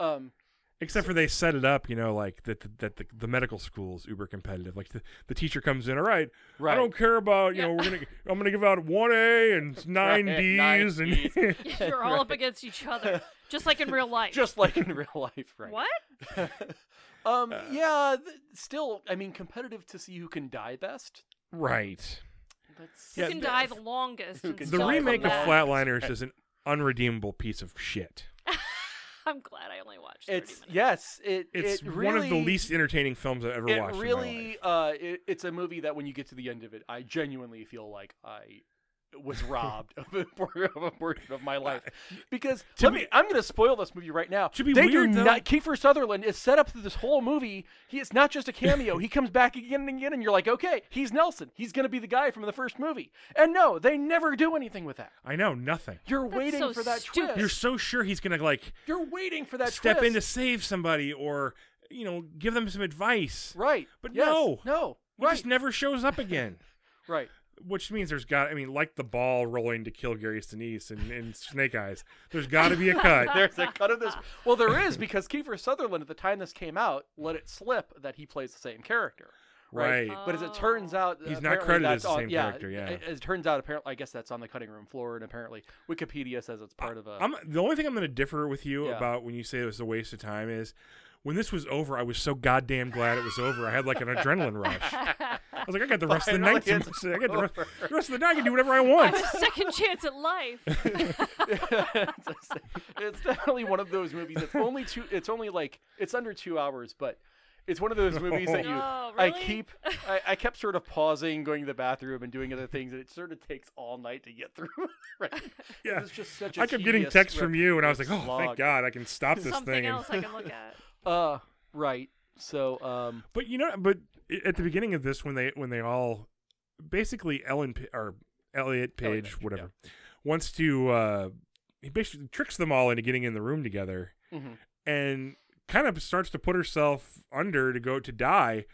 Um, Except for they set it up, you know, like that. The, that the, the medical school is uber competitive. Like the, the teacher comes in, all right, right. I don't care about you Yeah. know. We're gonna I'm gonna give out one A and nine Ds Nine and Ds. You're all up against each other, just like in real life. just like in real life, right? what? Um, Uh. yeah, th- still, I mean, competitive to see who can die best. right. That's Who Yeah, can the- die the longest? who and can The still die remake of come back? Flat- Flatliners is an unredeemable piece of shit. I'm glad I only watched. 30 it's minutes. yes, it It's it one of the really- least entertaining films I've ever It watched. in my life. really, uh, it, it's a movie that when you get to the end of it, I genuinely feel like I was robbed of a por- of a portion of my life because To let be- me I'm going to spoil this movie right now. To be they weird, do though- not Kiefer Sutherland is set up through this whole movie. He it's not just a cameo. he comes back again and again and you're like, "Okay, he's Nelson. He's going to be the guy from the first movie." And no, they never do anything with that. I know nothing. You're That's waiting so for that stupid. twist. You're so sure he's gonna like You're waiting for that step twist. in to save somebody or you know give them some advice. right. But Yes. no. no, He right, just never shows up again. right. Which means there's got I mean, like the ball rolling to kill Gary Sinise and, and Snake Eyes. There's gotta be a cut. There's a cut of this. Well, there is because Kiefer Sutherland at the time this came out let it slip that he plays the same character, right? Right. But as it turns out, He's not apparently credited that's as the on- same yeah, character, yeah. As it turns out, apparently, I guess that's on the cutting room floor, and apparently Wikipedia says it's part of a. I'm the only thing I'm going to differ with you Yeah. about when you say it was a waste of time is when this was over. I was so goddamn glad it was over. I had like an adrenaline rush. I was like, I got the rest of the Finally, night. To it's myself. I got the rest, over. the rest of the night. I can do whatever I want. a second chance at life. it's, it's definitely one of those movies. It's only two. It's only like it's under two hours, but it's one of those movies that you. No, I Oh, really? keep. I, I kept sort of pausing, going to the bathroom, and doing other things, and it sort of takes all night to get through. right? Yeah. It's just such. a I kept getting tedious texts from rep- you, and I was like, oh, slog. thank God, I can stop this Something thing. and- else I can look at. Uh, right. So, um, But you know, but i- at the beginning of this, when they when they all basically Ellen P- or Elliot Page, Elliot Page, whatever, wants to uh, he basically tricks them all into getting in the room together, Mhm. and kind of starts to put herself under to go to die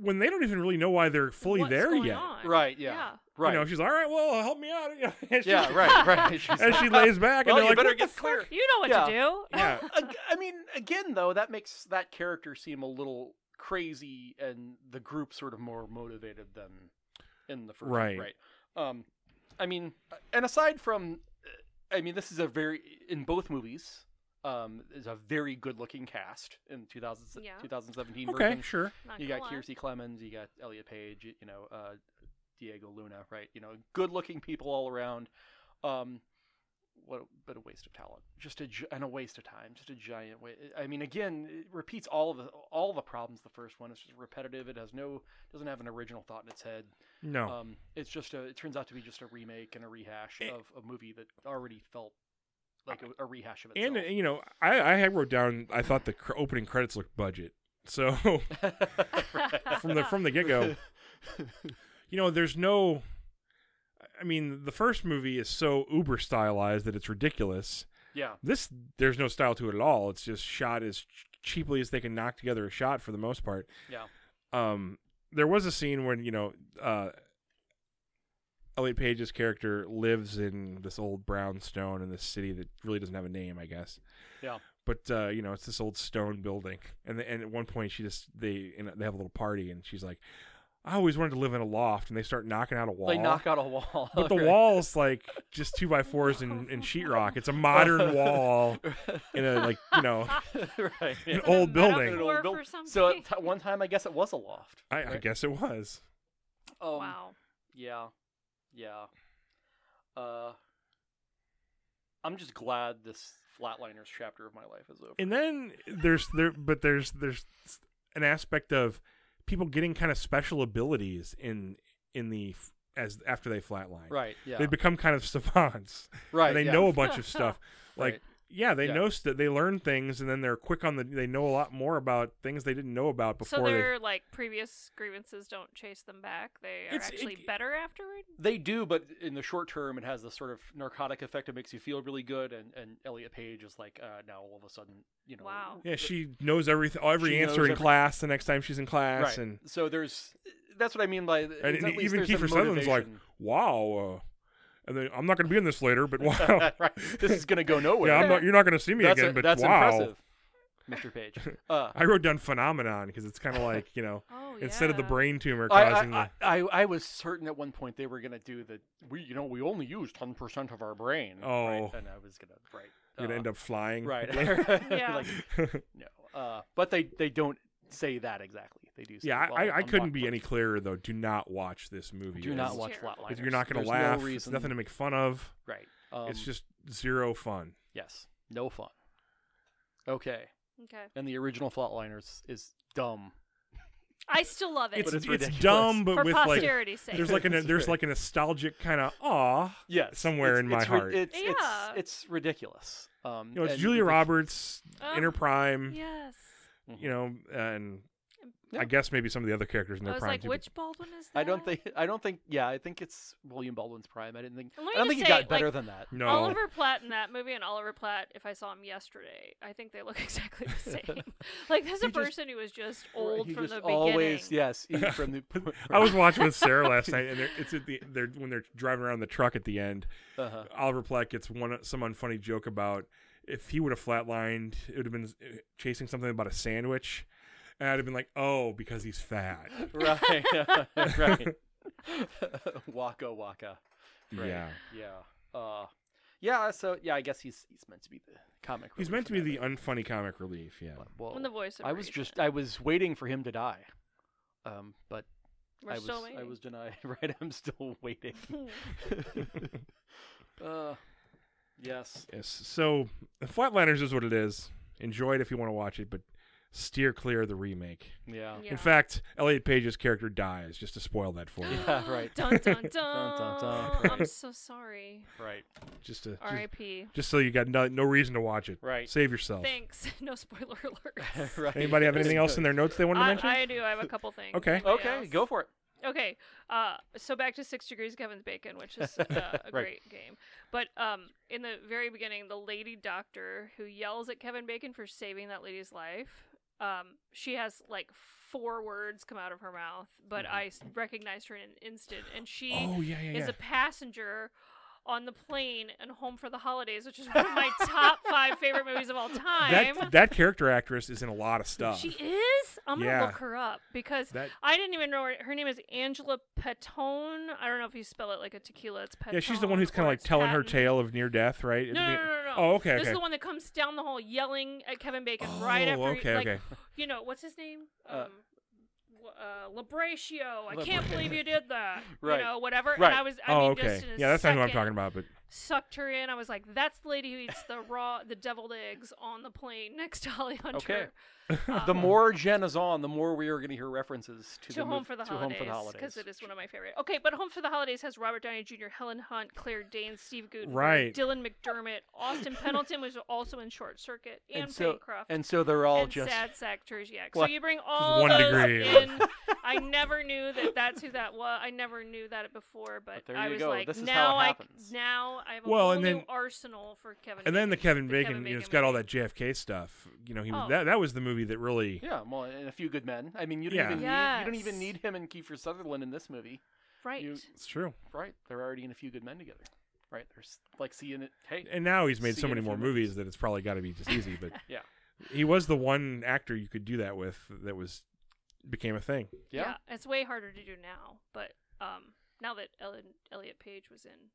when they don't even really know why they're fully What's there going yet. on? right. Yeah. Yeah. Right. You know, she's all right. Well, help me out. And she- yeah. Right. Right. She's And she lays back, well, and you they're like, better "What the get fuck?" clear. You know what Yeah. to do. Yeah, Ag- I mean, again, though, that makes that character seem a little crazy, and the group sort of more motivated than in the first, Right. Right. Um, I mean, uh, and aside from, uh, I mean, this is a very in both movies. Um, is a very good-looking cast in 2000, Yeah. 2017 okay, version. sure. Not You gonna got lie. Kiersey Clemens, you got Elliot Page, you know, uh, Diego Luna, right? You know, good-looking people all around. Um, what a, but a waste of talent, just a gi- and a waste of time, just a giant. Wa- I mean, again, it repeats all of the all the problems. The first one It's just repetitive. It has no doesn't have an original thought in its head. No, Um, it's just a it turns out to be just a remake and a rehash Eh. of a movie that already felt like a, a rehash of and itself. you know, I I had wrote down. I thought the cr- opening credits looked budget, so. from the from the get go. You know, there's no. I mean, the first movie is so uber stylized that it's ridiculous. yeah. This there's no style to it at all. It's just shot as ch- cheaply as they can knock together a shot for the most part. Yeah. Um, there was a scene when you know, uh, Elliot Page's character lives in this old brownstone in this city that really doesn't have a name, I guess. Yeah. But uh, you know, it's this old stone building, and and at one point she just they and they have a little party, and she's like, "I always wanted to live in a loft," and they start knocking out a wall. They knock out a wall. but the right. wall's like just two by fours and, and sheetrock. It's a modern wall in a like you know right. yeah. an old In building. an old Or buil- for something. So at t- one time, I guess it was a loft. I, I right? guess it was. Um, wow. Yeah, yeah. Uh, I'm just glad this flatliners chapter of my life is over. And then there's there, but there's there's an aspect of people getting kind of special abilities in in the f- as after they flatline. right. Yeah. They become kind of savants. right. and they yeah. know a bunch of stuff. Like, Right. yeah, they Yeah. know st- they learn things, and then they're quick on the. They know a lot more about things they didn't know about So before. their like previous grievances don't chase them back. They are It's- actually it- better afterward. They do, but in the short term, it has this sort of narcotic effect. It makes you feel really good, and, and Elliot Page is like uh, now all of a sudden, you know, Wow. they, yeah, she knows everything, every She answer knows in every- class. The next time she's in class, right. and so there's that's what I mean by it's and, at and least even there's some Kiefer Sutherland's like, motivation. "Wow," uh, and then I'm not going to be in this later, but wow, right. This is gonna go nowhere. Oh. yeah, I'm not. You're not going to see me that's again, a- but that's wow. impressive, Mr. Page. Uh, I wrote down phenomenon because it's kind of like you know, Oh yeah. instead of the brain tumor I, causing I, I, I was certain at one point they were gonna do the we you know we only use ten percent of our brain. Oh. right? and I was gonna right. the, you're uh, going to end up flying. right. Yeah. Like, no, uh, but they they don't say that exactly. They do. Say, yeah, well, I, I I'm couldn't not- be any clearer though. Do not watch this movie. Do It's- not watch Terrible. Flatliners. If you're not going There's to no laugh. it's reason- nothing to make fun of. Right. Um, it's just zero fun. yes, no fun. Okay, Okay. and the original Flatliners is dumb. I still love it. It's, it's it's ridiculous. dumb, but for with like posterity's sake. there's like an It's there's great. like a nostalgic kind of aw. Yes, Somewhere it's- in my it's ri- heart. it's, it's, Yeah. it's ridiculous. Um, You know, it's and Julia ridic- Roberts, Oh, in her prime. yes. You know, and Yeah. I guess maybe some of the other characters in I their was prime like, too. but- which Baldwin is that? I don't think. I don't think. Yeah, I think it's William Baldwin's prime. I didn't think. And let me I don't just think say, he got better like, than that. no, Oliver Platt in that movie and Oliver Platt, if I saw him yesterday, I think they look exactly the same. like there's a He just- person who was just old he from just the always, beginning. yes, he- from the. I was watching with Sarah last night, and they're, it's at the they're when they're driving around the truck at the end. Uh-huh. Oliver Platt gets one some unfunny eh, joke about if he would have flatlined, it would have been uh, chasing something about a sandwich. and I'd have been like, "Oh, because he's fat." right, right. waka waka. Right. Yeah, Yeah. Uh, yeah. So yeah, I guess he's he's meant to be the comic. he's relief meant to be in the that unfunny comic relief. Yeah, movie. Well, When the voice. I was separated. just I was waiting for him to die, um, but We're I was still I waiting. was denied. Right, I'm still waiting. uh, yes. yes. So Flatliners is what it is. Enjoy it if you want to watch it, but steer clear of the remake. Yeah. Yeah. In fact, Elliot Page's character dies. Just to spoil that for you, Yeah, right. dun, dun, dun. dun, dun. I'm so sorry. Right. just to just, R.I.P. just so you got no, no reason to watch it. Right. Save yourself. Thanks. No spoiler alert. right. Anybody have anything else in their notes they wanted to I, mention? I do. I have a couple things. Okay. Anybody Okay, else? go for it. Okay. Uh, so back to Six Degrees of Kevin's Bacon, which is uh, a Right. great game. But um, in the very beginning, the lady doctor who yells at Kevin Bacon for saving that lady's life, um, she has like four words come out of her mouth, but I s I recognized her in an instant. And she Mm-hmm. oh yeah, yeah, is yeah. a passenger on the plane and home for the holidays, which is one of my top five favorite movies of all time. that that character actress is in a lot of stuff. She is. I'm Yeah. gonna look her up because That- I didn't even know her, her name is Angela Petone. I don't know if you spell it like a tequila. It's Petone. yeah, she's the one who's kind of like telling her tale. tale of near death, right? No, At no, the no, be- no, no. Oh, okay, This okay. is the one that comes down the hall yelling at Kevin Bacon right after. Oh, he- okay, like, okay. You know what's his name? Uh, um, w- uh, Labratio. I can't Labra- believe you did that. Right. You know, whatever. Right. And I was. I oh, mean, okay. Just in a Yeah, that's not who I'm second, talking about, but Sucked her in. I was like, "That's the lady who eats the raw, the deviled eggs on the plane next to Holly Hunter." Um, The more Jen is on, the more we are going to hear references to, to, the Home mov- for the to Home for the Holidays Holidays. because it is one of my favorite. Okay, but Home for the Holidays has Robert Downey Jr., Helen Hunt, Claire Danes, Steve Guttenberg, Right. Dylan McDermott, Austin Pendleton was also in Short Circuit, and, and so, Bancroft, and so they're all and just Sad Sack Terziak. So What? you bring all one those degree. in. I never knew that that's who that was. I never knew that before, but, there I you was go. like, This is how it now I c- happens. now I have a Well, whole and new then- arsenal for Kevin. and then the Kevin the Bacon, Kevin you know, it's Bacon got all movie. that JFK stuff. You know, he Oh. that that was the movie that really yeah, well, and a few good men. I mean, you don't Yeah. even need, you don't even Yes. need him and Kiefer Sutherland in this movie, right. you- it's true. right? They're already in a few good men together, right? There's like seeing it. Hey, And now he's made See so you in many a more few months. movies that it's probably got to be just easy, but Yeah. He was the one actor you could do that with that was became a thing. yeah, it's way harder to do now. But um, now that Ellen, Elliot Page was in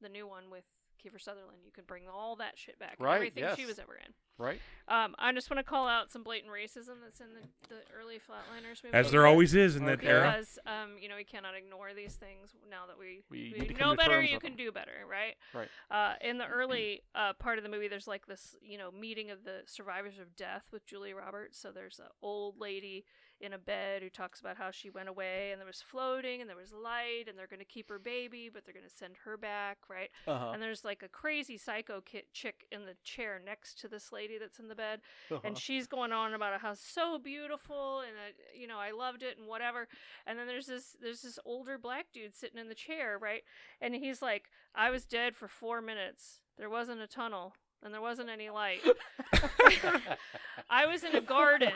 the new one with Kiefer Sutherland, you can bring all that shit back. Right, Everything she yes. was ever in. right. Um, I just want to call out some blatant racism that's in the, the early Flatliners movie. As there always is in that Okay. era. Because um, you know we cannot ignore these things now that we, We we need to come know to better. terms You with can them. do better, right? Right. Uh, in the early uh, part of the movie, there's like this you know meeting of the survivors of death with Julia Roberts. So there's an old lady in a bed who talks about how she went away and there was floating and there was light and they're going to keep her baby, but they're going to send her back, right? Uh-huh. And there's like a crazy psycho kid chick in the chair next to this lady that's in the bed uh-huh. and she's going on about how it's so beautiful and that you know I loved it and whatever. And then there's this there's this older black dude sitting in the chair, right? And he's like, "I was dead for four minutes. There wasn't a tunnel and there wasn't any light. Uh-huh. I was in a garden."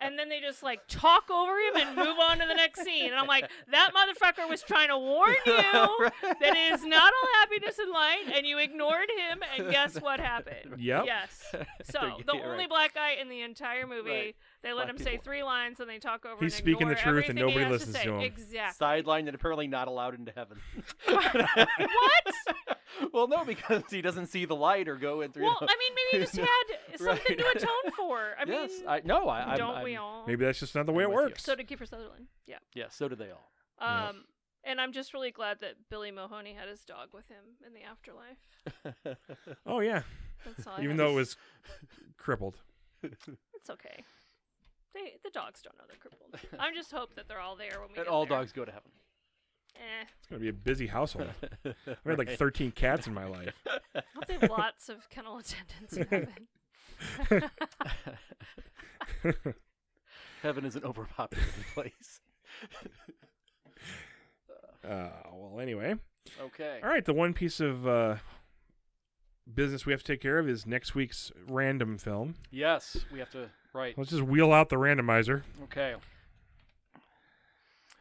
And then they just like talk over him and move on to the next scene. And I'm like, "That motherfucker was trying to warn you." That it is not all happiness and light, and you ignored him, and guess what happened? Yep. Yes. So They're the gay, right. only black guy in the entire movie, Right. they let Black him say people. three lines and they talk over. He's and speaking the ignore truth and everything he nobody has listens say. to him. Exactly. Sideline that apparently not allowed into heaven. what? well, no, because he doesn't see the light or go in through. Well, you know- I mean, maybe he just had something to Right. atone for. I yes, mean, I no, I I'm- don't we I'm- all? Maybe that's just not the way I'm it with you. works. So did Kiefer Sutherland. Yeah. Yeah, so do they all. Yeah. Um, and I'm just really glad that Billy Mahoney had his dog with him in the afterlife. oh yeah. That's all. I Even had. though it was crippled. it's okay. They the dogs don't know they're crippled. I just hope that they're all there when we and get all there. dogs go to heaven. Eh, It's going to be a busy household. I've I've had like 13 cats in my life. I hope they have lots of kennel attendants in heaven. Heaven is an overpopulated place. Uh, well, anyway. Okay. All right. The one piece of uh, business we have to take care of is next week's random film. Yes, we have to. Right. Let's just wheel out the randomizer Okay.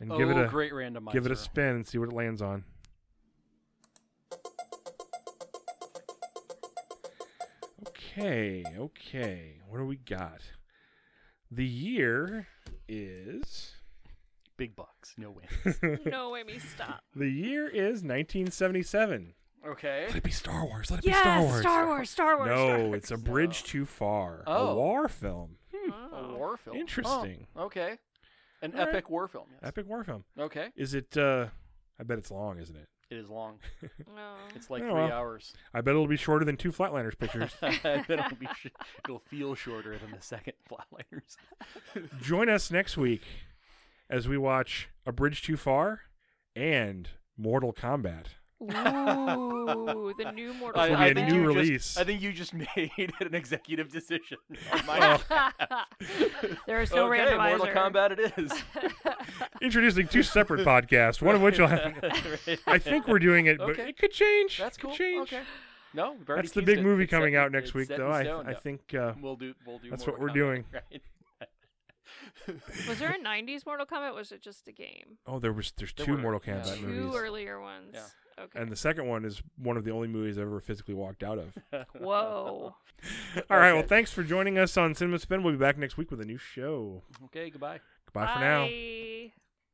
and oh, give it a great randomizer. give it a spin and see what it lands on. Okay. Okay. What do we got? The year is Big bucks, no win. no way, me stop. the year is 1977. Okay. Let it be Star Wars. Let it Yes, be Star Wars. Star Wars, Star Wars. Star No, Wars. it's a bridge too far. Oh. A war film. A Oh. war film. Interesting. Oh, okay. An All right. epic war film. Yes. Epic war film. Okay. Is it? uh I bet it's long, isn't it? It is long. No. It's like Oh, three well. hours. I bet it'll be shorter than two Flatliners pictures. it'll, be sh- it'll feel shorter than the second Flatliners. Join us next week as we watch A Bridge Too Far and Mortal Kombat. Ooh, the new Mortal will be a Kombat. new you just- release. I think you just made an executive decision. on Oh. my- there is no okay, randomizer. Mortal Kombat it is. Introducing two separate podcasts, one of which will have. I think we're doing it, but Okay. it could change. That's It cool. Could change. Okay. No, we've already That's the teased big it. movie It's set coming in- out next it's week, set though. in I, stone, I yeah. think uh, we'll do. We'll do. that's what Mortal we're Kombat, doing. Right. Was there a '90s Mortal Kombat? Or was it just a game? oh, there was there's There two were, Mortal yeah. Kombat Two movies, earlier ones. Okay. and the second one is one of the only movies I've ever physically walked out of. Whoa. All right, well, Okay. thanks for joining us on Cinema Spin. We'll be back next week with a new show. Okay. Goodbye. Goodbye for now. Bye.